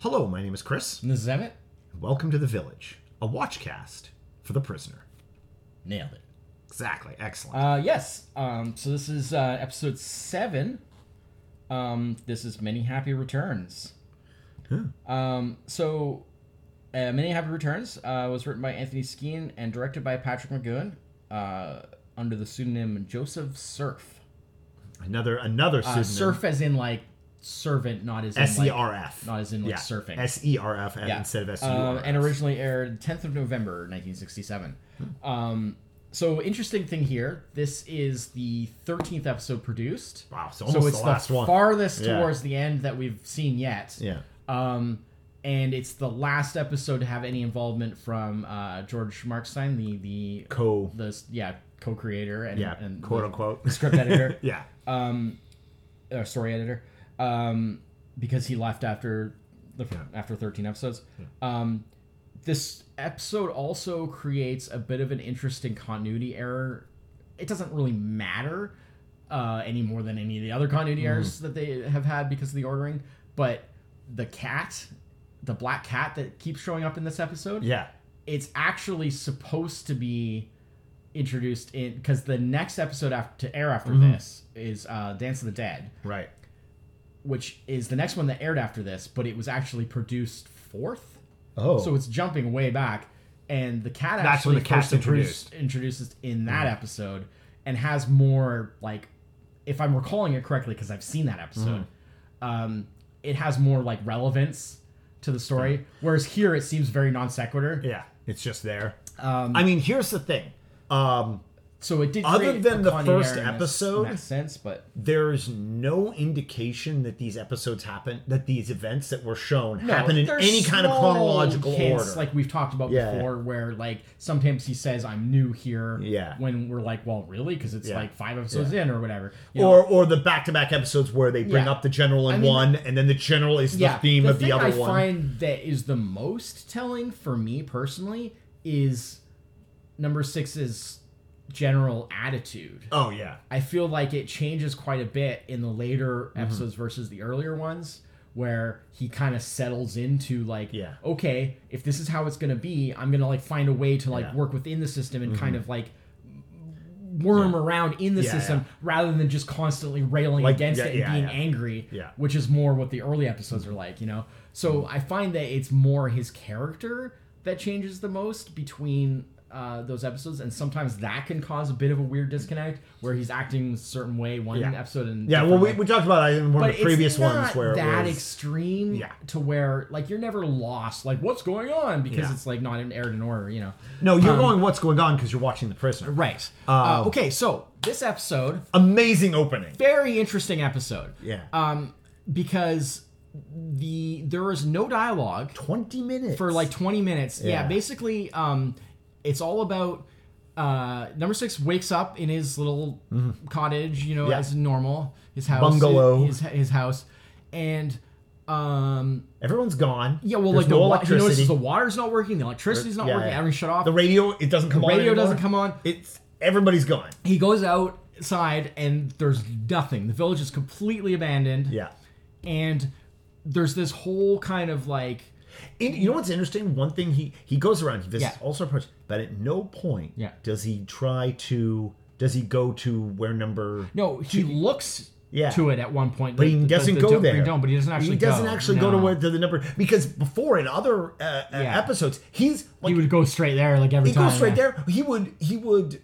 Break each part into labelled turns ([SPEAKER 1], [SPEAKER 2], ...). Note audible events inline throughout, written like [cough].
[SPEAKER 1] Hello, my name is Chris.
[SPEAKER 2] And this is Emmett.
[SPEAKER 1] Welcome to The Village, a watch cast for the prisoner.
[SPEAKER 2] Nailed it.
[SPEAKER 1] Exactly. Excellent.
[SPEAKER 2] Uh, yes. Um, so this is uh, episode seven. Um, this is many happy returns.
[SPEAKER 1] Huh.
[SPEAKER 2] Um, so uh, many happy returns uh, was written by Anthony Skeen and directed by Patrick McGoon uh, under the pseudonym Joseph Surf.
[SPEAKER 1] another another
[SPEAKER 2] Uh,
[SPEAKER 1] pseudonym.
[SPEAKER 2] surf as in like servant, not as in like-
[SPEAKER 1] S E R F.
[SPEAKER 2] not as in like
[SPEAKER 1] Yeah.
[SPEAKER 2] surfing.
[SPEAKER 1] S E R F
[SPEAKER 2] Yeah.
[SPEAKER 1] instead of S U
[SPEAKER 2] Uh,
[SPEAKER 1] R.
[SPEAKER 2] and originally aired 10th of November 1967. Um, so interesting thing here, this is the 13th episode produced.
[SPEAKER 1] Wow, so
[SPEAKER 2] so
[SPEAKER 1] almost
[SPEAKER 2] it's
[SPEAKER 1] the last one.
[SPEAKER 2] farthest
[SPEAKER 1] Yeah.
[SPEAKER 2] towards the end that we've seen yet.
[SPEAKER 1] yeah.
[SPEAKER 2] Um, and it's the last episode to have any involvement from uh, George Markstein, the the
[SPEAKER 1] Co.
[SPEAKER 2] the s- yeah co-creator and,
[SPEAKER 1] Yeah.
[SPEAKER 2] and
[SPEAKER 1] quote
[SPEAKER 2] the
[SPEAKER 1] unquote.
[SPEAKER 2] script editor,
[SPEAKER 1] [laughs] yeah.
[SPEAKER 2] um, uh, story editor, um, because he left after the
[SPEAKER 1] Yeah.
[SPEAKER 2] after thirteen episodes. Um, this episode also creates a bit of an interesting continuity error. It doesn't really matter uh, any more than any of the other continuity errors that they have had because of the ordering, but the cat, the black cat that keeps showing up in this episode,
[SPEAKER 1] Yeah.
[SPEAKER 2] it's actually supposed to be introduced in because the next episode after to air after
[SPEAKER 1] Mm-hmm.
[SPEAKER 2] this is uh, Dance of the Dead,
[SPEAKER 1] Right.
[SPEAKER 2] which is the next one that aired after this, but it was actually produced fourth,
[SPEAKER 1] Oh.
[SPEAKER 2] so it's jumping way back. And the cat
[SPEAKER 1] That's
[SPEAKER 2] actually
[SPEAKER 1] when the cat's Mm-hmm.
[SPEAKER 2] first introduced introduces in that episode and has more like, if I'm recalling it correctly, because I've seen that episode,
[SPEAKER 1] Mm-hmm.
[SPEAKER 2] um, it has more like relevance to the story.
[SPEAKER 1] Mm-hmm.
[SPEAKER 2] Whereas here it seems very non sequitur.
[SPEAKER 1] yeah. It's just there.
[SPEAKER 2] Um,
[SPEAKER 1] I mean, here's the thing. Um,
[SPEAKER 2] So it did.
[SPEAKER 1] Other
[SPEAKER 2] create
[SPEAKER 1] than
[SPEAKER 2] a
[SPEAKER 1] the
[SPEAKER 2] continuity
[SPEAKER 1] first
[SPEAKER 2] error in this-
[SPEAKER 1] episode-
[SPEAKER 2] in that sense, but
[SPEAKER 1] there's no indication that these episodes happen, that these events that were shown
[SPEAKER 2] No,
[SPEAKER 1] happen in
[SPEAKER 2] there's
[SPEAKER 1] any kind of
[SPEAKER 2] small
[SPEAKER 1] chronological
[SPEAKER 2] hints,
[SPEAKER 1] order.
[SPEAKER 2] like we've talked about
[SPEAKER 1] Yeah.
[SPEAKER 2] before, where like sometimes he says, "I'm new here,"
[SPEAKER 1] Yeah.
[SPEAKER 2] when we're like, "Well, really?" Because it's
[SPEAKER 1] Yeah.
[SPEAKER 2] like five episodes in or whatever. you know.
[SPEAKER 1] or or the back to back episodes where they bring
[SPEAKER 2] Yeah.
[SPEAKER 1] up the general in
[SPEAKER 2] I mean,
[SPEAKER 1] one, and then the general is the theme of
[SPEAKER 2] thing
[SPEAKER 1] the other
[SPEAKER 2] I
[SPEAKER 1] one.
[SPEAKER 2] find that is the most telling for me personally is number six's general attitude.
[SPEAKER 1] oh yeah,
[SPEAKER 2] I feel like it changes quite a bit in the later
[SPEAKER 1] Mm-hmm.
[SPEAKER 2] episodes versus the earlier ones where he kind of settles into like
[SPEAKER 1] Yeah.
[SPEAKER 2] okay if this is how it's going to be i'm going to like find a way to like
[SPEAKER 1] Yeah. Mm-hmm.
[SPEAKER 2] work within the system and kind of like worm around in the
[SPEAKER 1] Yeah,
[SPEAKER 2] system
[SPEAKER 1] yeah.
[SPEAKER 2] rather than just constantly railing
[SPEAKER 1] Like,
[SPEAKER 2] against
[SPEAKER 1] yeah,
[SPEAKER 2] it and
[SPEAKER 1] yeah,
[SPEAKER 2] being
[SPEAKER 1] yeah.
[SPEAKER 2] angry
[SPEAKER 1] Yeah.
[SPEAKER 2] which is more what the early episodes are like you know so
[SPEAKER 1] Mm-hmm.
[SPEAKER 2] i find that it's more his character that changes the most between uh, those episodes and sometimes that can cause a bit of a weird disconnect where he's acting a certain way one
[SPEAKER 1] Yeah.
[SPEAKER 2] episode and
[SPEAKER 1] yeah. Well, we,
[SPEAKER 2] different way.
[SPEAKER 1] we talked about that in one
[SPEAKER 2] but
[SPEAKER 1] of the previous
[SPEAKER 2] it's not
[SPEAKER 1] ones where
[SPEAKER 2] that
[SPEAKER 1] it was,
[SPEAKER 2] extreme
[SPEAKER 1] Yeah.
[SPEAKER 2] to where like you're never lost like what's going on because
[SPEAKER 1] Yeah.
[SPEAKER 2] it's like not in aired in order you know
[SPEAKER 1] no,
[SPEAKER 2] um,
[SPEAKER 1] you're going what's going on because you're watching the prisoner.
[SPEAKER 2] right uh,
[SPEAKER 1] Um,
[SPEAKER 2] okay so this episode
[SPEAKER 1] Amazing opening.
[SPEAKER 2] very interesting episode
[SPEAKER 1] Yeah,
[SPEAKER 2] um because the there is no dialogue
[SPEAKER 1] twenty minutes
[SPEAKER 2] for like 20 minutes. Yeah,
[SPEAKER 1] Yeah.
[SPEAKER 2] basically, um, it's all about uh, number six wakes up in his little cottage, you know,
[SPEAKER 1] Mm-hmm. Yeah.
[SPEAKER 2] as normal, his house,
[SPEAKER 1] Bungalow.
[SPEAKER 2] his, his house, and um,
[SPEAKER 1] everyone's gone.
[SPEAKER 2] yeah, well,
[SPEAKER 1] There's
[SPEAKER 2] like the
[SPEAKER 1] no
[SPEAKER 2] wa- he
[SPEAKER 1] electricity.
[SPEAKER 2] notices the water's not working, the electricity's not
[SPEAKER 1] Yeah,
[SPEAKER 2] working,
[SPEAKER 1] yeah.
[SPEAKER 2] everything shut off,
[SPEAKER 1] the radio it doesn't come on.
[SPEAKER 2] radio
[SPEAKER 1] anymore.
[SPEAKER 2] doesn't come on.
[SPEAKER 1] It's everybody's gone.
[SPEAKER 2] He goes outside and there's nothing. The village is completely abandoned,
[SPEAKER 1] Yeah.
[SPEAKER 2] and there's this whole kind of like,
[SPEAKER 1] And you know what's interesting? One thing he he goes around, he visits
[SPEAKER 2] Yeah.
[SPEAKER 1] all sorts of parts, but at no point
[SPEAKER 2] Yeah.
[SPEAKER 1] does he try to does he go to where number
[SPEAKER 2] no, he looks.
[SPEAKER 1] Yeah.
[SPEAKER 2] To it at one point,
[SPEAKER 1] But he doesn't go
[SPEAKER 2] Green
[SPEAKER 1] there.
[SPEAKER 2] Dome, but he doesn't actually.
[SPEAKER 1] he doesn't
[SPEAKER 2] go.
[SPEAKER 1] actually go to
[SPEAKER 2] No.
[SPEAKER 1] where to the number because before in other uh, uh,
[SPEAKER 2] Yeah.
[SPEAKER 1] episodes he's like
[SPEAKER 2] he would go straight there like every
[SPEAKER 1] he
[SPEAKER 2] time.
[SPEAKER 1] goes right
[SPEAKER 2] yeah.
[SPEAKER 1] there. He would he would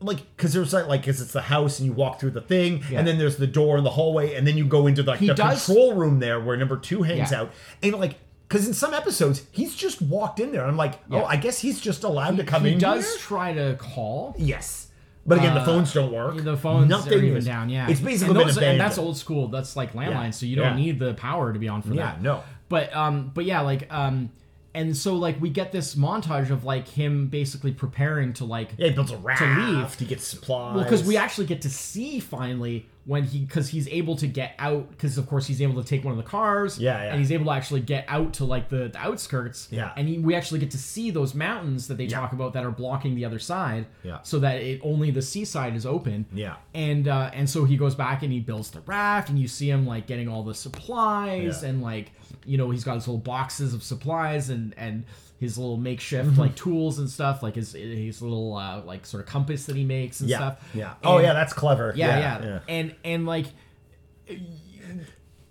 [SPEAKER 1] like because there's like like because it's the house and you walk through the thing
[SPEAKER 2] Yeah.
[SPEAKER 1] and then there's the door in the hallway and then you go into like
[SPEAKER 2] He
[SPEAKER 1] the
[SPEAKER 2] does-
[SPEAKER 1] control room there where number two hangs
[SPEAKER 2] Yeah.
[SPEAKER 1] out and like. Because in some episodes, he's just walked in there. and I'm like,
[SPEAKER 2] Yeah.
[SPEAKER 1] oh, I guess he's just allowed to come
[SPEAKER 2] he
[SPEAKER 1] in.
[SPEAKER 2] does
[SPEAKER 1] here?
[SPEAKER 2] try to call.
[SPEAKER 1] Yes. But again, the
[SPEAKER 2] Uh,
[SPEAKER 1] phones don't work.
[SPEAKER 2] The phones are even
[SPEAKER 1] is-
[SPEAKER 2] down. Yeah,
[SPEAKER 1] It's basically
[SPEAKER 2] and,
[SPEAKER 1] been
[SPEAKER 2] those- and
[SPEAKER 1] abandoned.
[SPEAKER 2] that's old school. That's like landline,
[SPEAKER 1] Yeah.
[SPEAKER 2] so you don't
[SPEAKER 1] Yeah.
[SPEAKER 2] need the power to be on for
[SPEAKER 1] Yeah,
[SPEAKER 2] that.
[SPEAKER 1] no.
[SPEAKER 2] But um, but yeah, like um, and so like we get this montage of like him basically preparing to like
[SPEAKER 1] Yeah, he builds a raft.
[SPEAKER 2] leave.
[SPEAKER 1] He gets supplies.
[SPEAKER 2] Well, because we actually get to see finally when he because he's able to get out because of course he's able to take one of the cars
[SPEAKER 1] Yeah, yeah.
[SPEAKER 2] and he's able to actually get out to like the, the outskirts
[SPEAKER 1] Yeah.
[SPEAKER 2] and he, we actually get to see those mountains that they
[SPEAKER 1] Yeah.
[SPEAKER 2] talk about that are blocking the other side
[SPEAKER 1] Yeah.
[SPEAKER 2] so that it only the seaside is open
[SPEAKER 1] Yeah.
[SPEAKER 2] and uh, and so he goes back and he builds the raft and you see him like getting all the supplies
[SPEAKER 1] Yeah.
[SPEAKER 2] and like you know he's got his little boxes of supplies and and his little makeshift
[SPEAKER 1] Mm-hmm.
[SPEAKER 2] like tools and stuff like his his little uh, like sort of compass that he makes and
[SPEAKER 1] Yeah.
[SPEAKER 2] stuff
[SPEAKER 1] Yeah. Oh
[SPEAKER 2] And-
[SPEAKER 1] yeah, that's clever.
[SPEAKER 2] yeah, yeah, And and like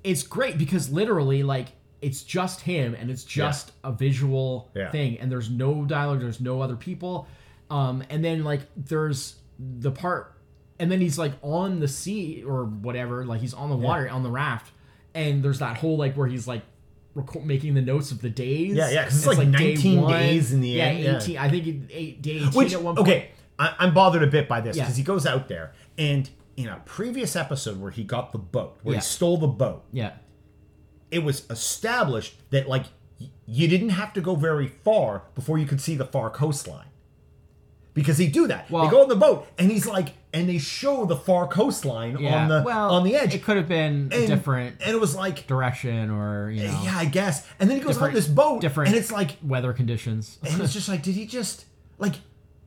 [SPEAKER 2] it's great because literally like it's just him and it's just a visual
[SPEAKER 1] Yeah.
[SPEAKER 2] thing and there's no dialogue, there's no other people. Um and then like there's the part and then he's like on the sea or whatever, like he's on the water on the raft and there's that whole like where he's like reco- making the notes of the days.
[SPEAKER 1] Yeah, yeah, 'cause it's, like, 19 days in the
[SPEAKER 2] yeah,
[SPEAKER 1] end, yeah.
[SPEAKER 2] 18. I think it, eight, day 18
[SPEAKER 1] Which
[SPEAKER 2] at one point.
[SPEAKER 1] okay, I, I'm bothered a bit by this
[SPEAKER 2] Yeah.
[SPEAKER 1] because he goes out there and in a previous episode where he got the boat, where
[SPEAKER 2] Yeah.
[SPEAKER 1] he stole the boat,
[SPEAKER 2] Yeah.
[SPEAKER 1] it was established that like y- you didn't have to go very far before you could see the far coastline. Because they do that.
[SPEAKER 2] Well-
[SPEAKER 1] they go on the boat and he's like and they show the far coastline
[SPEAKER 2] Yeah.
[SPEAKER 1] on the
[SPEAKER 2] well,
[SPEAKER 1] on the edge.
[SPEAKER 2] It could have been a
[SPEAKER 1] and,
[SPEAKER 2] different
[SPEAKER 1] And it was like
[SPEAKER 2] direction or you know
[SPEAKER 1] yeah, I guess. And then he goes on
[SPEAKER 2] Different-
[SPEAKER 1] this boat
[SPEAKER 2] different-
[SPEAKER 1] and it's like
[SPEAKER 2] weather conditions.
[SPEAKER 1] and it's just like did he just like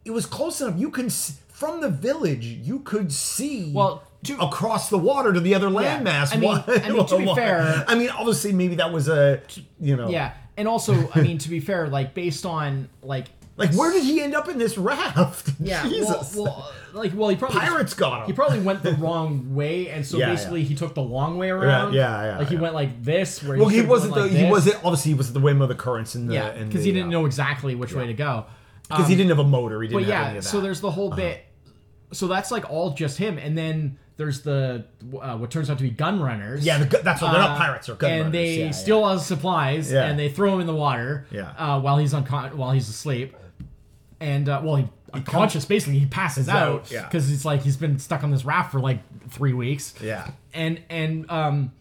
[SPEAKER 1] it was close enough you can s- from the village you could see
[SPEAKER 2] Well, to-
[SPEAKER 1] across the water to the other landmass
[SPEAKER 2] I mean-
[SPEAKER 1] Why-
[SPEAKER 2] I mean, to
[SPEAKER 1] [laughs]
[SPEAKER 2] be
[SPEAKER 1] why-
[SPEAKER 2] fair-
[SPEAKER 1] i mean obviously maybe that was a you know
[SPEAKER 2] Yeah, and also I mean to be fair, like based on like
[SPEAKER 1] like where did he end up in this raft [laughs]
[SPEAKER 2] yeah,
[SPEAKER 1] jesus
[SPEAKER 2] Well, well, like well he probably
[SPEAKER 1] pirates got him
[SPEAKER 2] He probably went the wrong way, and so
[SPEAKER 1] Yeah,
[SPEAKER 2] basically
[SPEAKER 1] yeah.
[SPEAKER 2] he took the long way around.
[SPEAKER 1] yeah, yeah,
[SPEAKER 2] Like he
[SPEAKER 1] yeah.
[SPEAKER 2] went like this. Where
[SPEAKER 1] well
[SPEAKER 2] he,
[SPEAKER 1] he
[SPEAKER 2] should've
[SPEAKER 1] wasn't
[SPEAKER 2] went
[SPEAKER 1] the,
[SPEAKER 2] like
[SPEAKER 1] he
[SPEAKER 2] this.
[SPEAKER 1] wasn't obviously he was at the whim of the currents in the uh,
[SPEAKER 2] Yeah,
[SPEAKER 1] because
[SPEAKER 2] because he didn't know exactly which way to go.
[SPEAKER 1] because he didn't have a motor he didn't
[SPEAKER 2] But
[SPEAKER 1] have any
[SPEAKER 2] yeah,
[SPEAKER 1] of that Uh-huh.
[SPEAKER 2] so there's the whole bit. So that's like all just him, and then there's the uh, what turns out to be gun runners.
[SPEAKER 1] yeah the, gu- that's what they're
[SPEAKER 2] Uh,
[SPEAKER 1] not pirates or gun
[SPEAKER 2] and
[SPEAKER 1] runners.
[SPEAKER 2] they
[SPEAKER 1] Yeah, yeah.
[SPEAKER 2] steal all his supplies
[SPEAKER 1] Yeah.
[SPEAKER 2] and they throw him in the water
[SPEAKER 1] Yeah.
[SPEAKER 2] uh, while he's uncon- while he's asleep and uh, well he, unconscious basically he passes out
[SPEAKER 1] out, yeah.
[SPEAKER 2] because it's like he's been stuck on this raft for like three weeks
[SPEAKER 1] Yeah.
[SPEAKER 2] and and um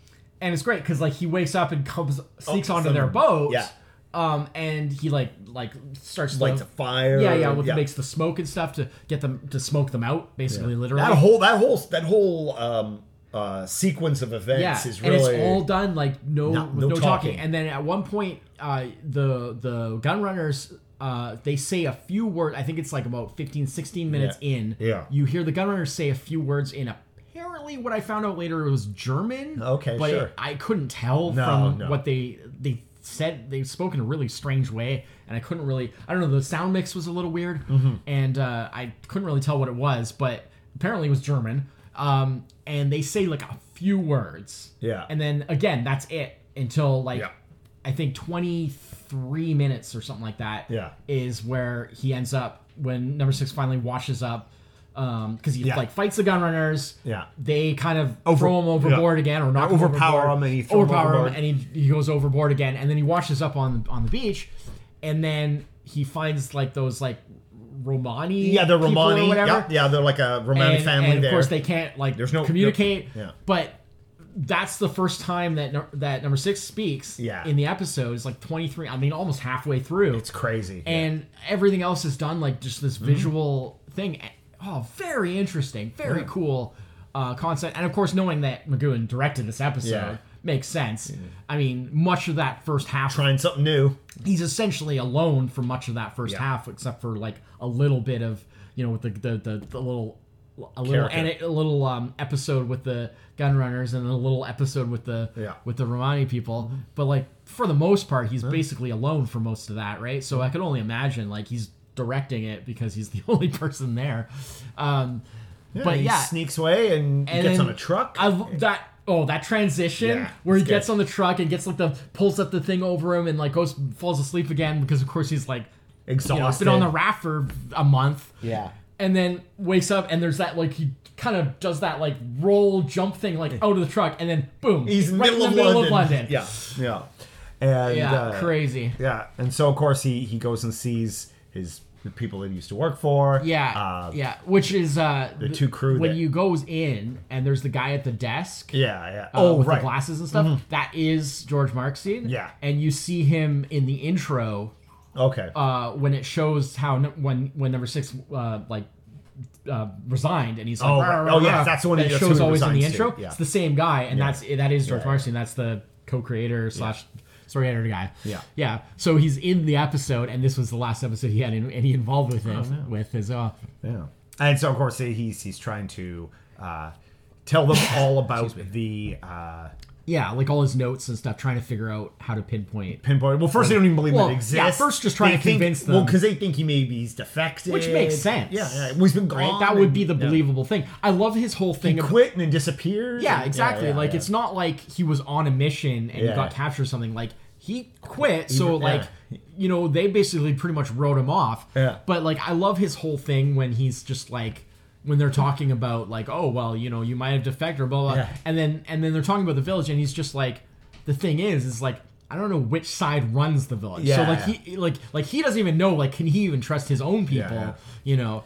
[SPEAKER 2] and it's great because like he wakes up and comes sneaks
[SPEAKER 1] Oh,
[SPEAKER 2] onto
[SPEAKER 1] some-
[SPEAKER 2] their boat
[SPEAKER 1] yeah.
[SPEAKER 2] um and he like like starts
[SPEAKER 1] Lights
[SPEAKER 2] to
[SPEAKER 1] a fire,
[SPEAKER 2] yeah yeah what
[SPEAKER 1] yeah.
[SPEAKER 2] makes the smoke and stuff to get them to smoke them out basically literally
[SPEAKER 1] that whole that whole that whole um uh sequence of events is really
[SPEAKER 2] and it's all done like no
[SPEAKER 1] No-
[SPEAKER 2] with no,
[SPEAKER 1] no
[SPEAKER 2] talking.
[SPEAKER 1] talking.
[SPEAKER 2] And then at one point, uh, the the gun runners. Uh, they say a few words. I think it's like about 15, 16 minutes
[SPEAKER 1] Yeah.
[SPEAKER 2] in.
[SPEAKER 1] Yeah.
[SPEAKER 2] You hear the gun runners say a few words in. Apparently, what I found out later was German.
[SPEAKER 1] Okay,
[SPEAKER 2] but
[SPEAKER 1] sure.
[SPEAKER 2] it- I couldn't tell
[SPEAKER 1] No,
[SPEAKER 2] from
[SPEAKER 1] no.
[SPEAKER 2] what they they said. They spoke in a really strange way, and I couldn't really. I don't know. The sound mix was a little weird,
[SPEAKER 1] Mm-hmm.
[SPEAKER 2] and uh, I couldn't really tell what it was. But apparently, it was German. Um, and they say like a few words.
[SPEAKER 1] Yeah.
[SPEAKER 2] And then again, that's it until like
[SPEAKER 1] Yeah.
[SPEAKER 2] I think 23 minutes or something like that.
[SPEAKER 1] Yeah.
[SPEAKER 2] Is where he ends up when number six finally washes up. Um, because he
[SPEAKER 1] Yeah.
[SPEAKER 2] like fights the gun runners.
[SPEAKER 1] Yeah.
[SPEAKER 2] They kind of
[SPEAKER 1] Over-
[SPEAKER 2] throw him overboard again, or knock him
[SPEAKER 1] overpower
[SPEAKER 2] overboard,
[SPEAKER 1] him and he throw him
[SPEAKER 2] overpower him,
[SPEAKER 1] overboard.
[SPEAKER 2] and he, he goes overboard again, and then he washes up on on the beach, and then he finds like those like Romani,
[SPEAKER 1] yeah they're
[SPEAKER 2] people or
[SPEAKER 1] romani
[SPEAKER 2] whatever,
[SPEAKER 1] yeah, yeah they're like a romani
[SPEAKER 2] and,
[SPEAKER 1] family
[SPEAKER 2] and of
[SPEAKER 1] there
[SPEAKER 2] course they can't like
[SPEAKER 1] There's no-
[SPEAKER 2] communicate.
[SPEAKER 1] no- yeah.
[SPEAKER 2] But that's the first time that nu- that number six speaks
[SPEAKER 1] Yeah.
[SPEAKER 2] in the episode. It's like twenty three. I mean, almost halfway through,
[SPEAKER 1] it's crazy
[SPEAKER 2] and everything else is done like just this
[SPEAKER 1] Mm-hmm.
[SPEAKER 2] visual thing. Oh, very interesting, very cool uh, concept. And of course, knowing that Magoon directed this episode
[SPEAKER 1] Yeah.
[SPEAKER 2] makes sense. I mean, much of that first half
[SPEAKER 1] trying something new
[SPEAKER 2] he's essentially alone for much of that first
[SPEAKER 1] Yeah.
[SPEAKER 2] half, except for like a little bit of you know with the the, the, the little a little
[SPEAKER 1] Character.
[SPEAKER 2] and a little um, episode with the gun runners and a little episode with the
[SPEAKER 1] Yeah.
[SPEAKER 2] with the Romani people. But like for the most part, he's basically alone for most of that, right? So I could only imagine like he's directing it because he's [laughs] the only person there. Um, but
[SPEAKER 1] he
[SPEAKER 2] yeah,
[SPEAKER 1] sneaks away and,
[SPEAKER 2] and
[SPEAKER 1] gets
[SPEAKER 2] then
[SPEAKER 1] on a truck
[SPEAKER 2] I lo- that oh that transition
[SPEAKER 1] Yeah,
[SPEAKER 2] where he
[SPEAKER 1] it's good.
[SPEAKER 2] gets on the truck and gets like the pulls up the thing over him and like goes falls asleep again because of course he's like you know,
[SPEAKER 1] exhausted
[SPEAKER 2] been on the raft for a month.
[SPEAKER 1] yeah
[SPEAKER 2] And then wakes up and there's that like he kind of does that like roll jump thing like out of the truck and then boom
[SPEAKER 1] he's
[SPEAKER 2] right
[SPEAKER 1] middle,
[SPEAKER 2] in
[SPEAKER 1] of,
[SPEAKER 2] the middle
[SPEAKER 1] london.
[SPEAKER 2] of London.
[SPEAKER 1] [laughs] yeah yeah and
[SPEAKER 2] Yeah,
[SPEAKER 1] uh,
[SPEAKER 2] crazy.
[SPEAKER 1] yeah and so of course he he goes and sees his the people that he used to work for
[SPEAKER 2] Yeah,
[SPEAKER 1] uh,
[SPEAKER 2] yeah. Which is uh the
[SPEAKER 1] two crew
[SPEAKER 2] when
[SPEAKER 1] that-
[SPEAKER 2] you goes in and there's the guy at the desk.
[SPEAKER 1] yeah yeah
[SPEAKER 2] uh,
[SPEAKER 1] oh
[SPEAKER 2] with
[SPEAKER 1] right Mm-hmm.
[SPEAKER 2] the glasses and stuff. that is George Markstein.
[SPEAKER 1] Yeah.
[SPEAKER 2] and you see him in the intro
[SPEAKER 1] okay
[SPEAKER 2] uh, when it shows how n- when when number six uh, like uh, resigned, and he's like,
[SPEAKER 1] Oh,
[SPEAKER 2] "Rah,
[SPEAKER 1] right.
[SPEAKER 2] rah,
[SPEAKER 1] Oh, yeah,
[SPEAKER 2] rah."
[SPEAKER 1] that's the one
[SPEAKER 2] That
[SPEAKER 1] he- that's who
[SPEAKER 2] show's
[SPEAKER 1] he
[SPEAKER 2] always in the
[SPEAKER 1] resigns to,
[SPEAKER 2] intro.
[SPEAKER 1] yeah.
[SPEAKER 2] It's the same guy, and that's that is George
[SPEAKER 1] Yeah.
[SPEAKER 2] Marcin. That's the co-creator slash story editor guy.
[SPEAKER 1] Yeah.
[SPEAKER 2] yeah. So he's in the episode, and this was the last episode he had any involved with him with his. Uh,
[SPEAKER 1] Yeah. And so, of course, he's he's trying to uh, tell
[SPEAKER 2] [laughs]
[SPEAKER 1] them all about the uh,
[SPEAKER 2] yeah, like all his notes and stuff, trying to figure out how to pinpoint
[SPEAKER 1] pinpoint. Well, first, they don't even believe
[SPEAKER 2] Well,
[SPEAKER 1] that it
[SPEAKER 2] yeah,
[SPEAKER 1] exists.
[SPEAKER 2] first just trying
[SPEAKER 1] They
[SPEAKER 2] to
[SPEAKER 1] think-
[SPEAKER 2] convince them.
[SPEAKER 1] Well, because they think he maybe he's defective.
[SPEAKER 2] Which makes sense.
[SPEAKER 1] Yeah, yeah. Well, he's been gone.
[SPEAKER 2] right? That would
[SPEAKER 1] and-
[SPEAKER 2] be the
[SPEAKER 1] yeah.
[SPEAKER 2] believable thing. I love his whole thing.
[SPEAKER 1] He
[SPEAKER 2] of-
[SPEAKER 1] quit and then disappeared.
[SPEAKER 2] yeah,
[SPEAKER 1] and-
[SPEAKER 2] exactly.
[SPEAKER 1] yeah,
[SPEAKER 2] like
[SPEAKER 1] yeah.
[SPEAKER 2] it's not like he was on a mission and he
[SPEAKER 1] Yeah.
[SPEAKER 2] got captured or something. Like he quit, so
[SPEAKER 1] yeah.
[SPEAKER 2] like you know they basically pretty much wrote him off.
[SPEAKER 1] Yeah.
[SPEAKER 2] But like I love his whole thing when he's just like when they're talking about like oh well you know you might have defected or blah blah,
[SPEAKER 1] Yeah.
[SPEAKER 2] and then and then they're talking about the village and he's just like the thing is is like. I don't know which side runs the village. so
[SPEAKER 1] Yeah.
[SPEAKER 2] like he like like he doesn't even know like can he even trust his own people,
[SPEAKER 1] yeah.
[SPEAKER 2] you know?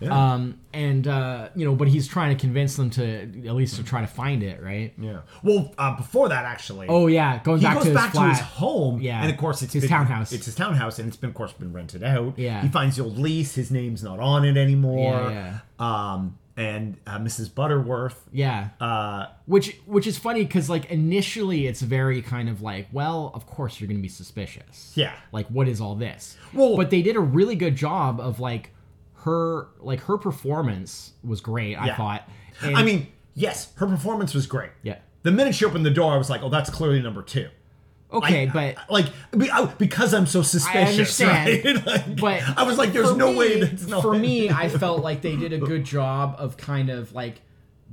[SPEAKER 1] Yeah.
[SPEAKER 2] Um, and uh, you know, but he's trying to convince them to at least to try to find it, right?
[SPEAKER 1] Yeah. Well, uh, before that, actually.
[SPEAKER 2] Oh yeah, going
[SPEAKER 1] He
[SPEAKER 2] back,
[SPEAKER 1] goes
[SPEAKER 2] to, his
[SPEAKER 1] back to his
[SPEAKER 2] flat.
[SPEAKER 1] home,
[SPEAKER 2] Yeah.
[SPEAKER 1] and of course it's
[SPEAKER 2] His
[SPEAKER 1] been-
[SPEAKER 2] townhouse.
[SPEAKER 1] It's his townhouse, and it's been, of course, been rented out.
[SPEAKER 2] Yeah.
[SPEAKER 1] he finds the old lease. His name's not on it anymore.
[SPEAKER 2] Yeah,
[SPEAKER 1] Um, and uh, Mrs. Butterworth,
[SPEAKER 2] Yeah,
[SPEAKER 1] uh,
[SPEAKER 2] which which is funny because like initially it's very kind of like, well, of course you're gonna be suspicious.
[SPEAKER 1] Yeah.
[SPEAKER 2] like what is all this?
[SPEAKER 1] Well-
[SPEAKER 2] but they did a really good job of like her like her performance was great. I
[SPEAKER 1] Yeah.
[SPEAKER 2] thought. And-
[SPEAKER 1] I mean, yes, her performance was great.
[SPEAKER 2] Yeah.
[SPEAKER 1] The minute she opened the door, I was like, "Oh, that's clearly number two.
[SPEAKER 2] okay,
[SPEAKER 1] I-
[SPEAKER 2] but
[SPEAKER 1] like be- I- because I'm so suspicious, [laughs]
[SPEAKER 2] understand,
[SPEAKER 1] right? Like,
[SPEAKER 2] but
[SPEAKER 1] I was like, "There's
[SPEAKER 2] for
[SPEAKER 1] no
[SPEAKER 2] me-
[SPEAKER 1] way that's no."
[SPEAKER 2] for
[SPEAKER 1] [laughs]
[SPEAKER 2] me i felt like they did a good job of kind of like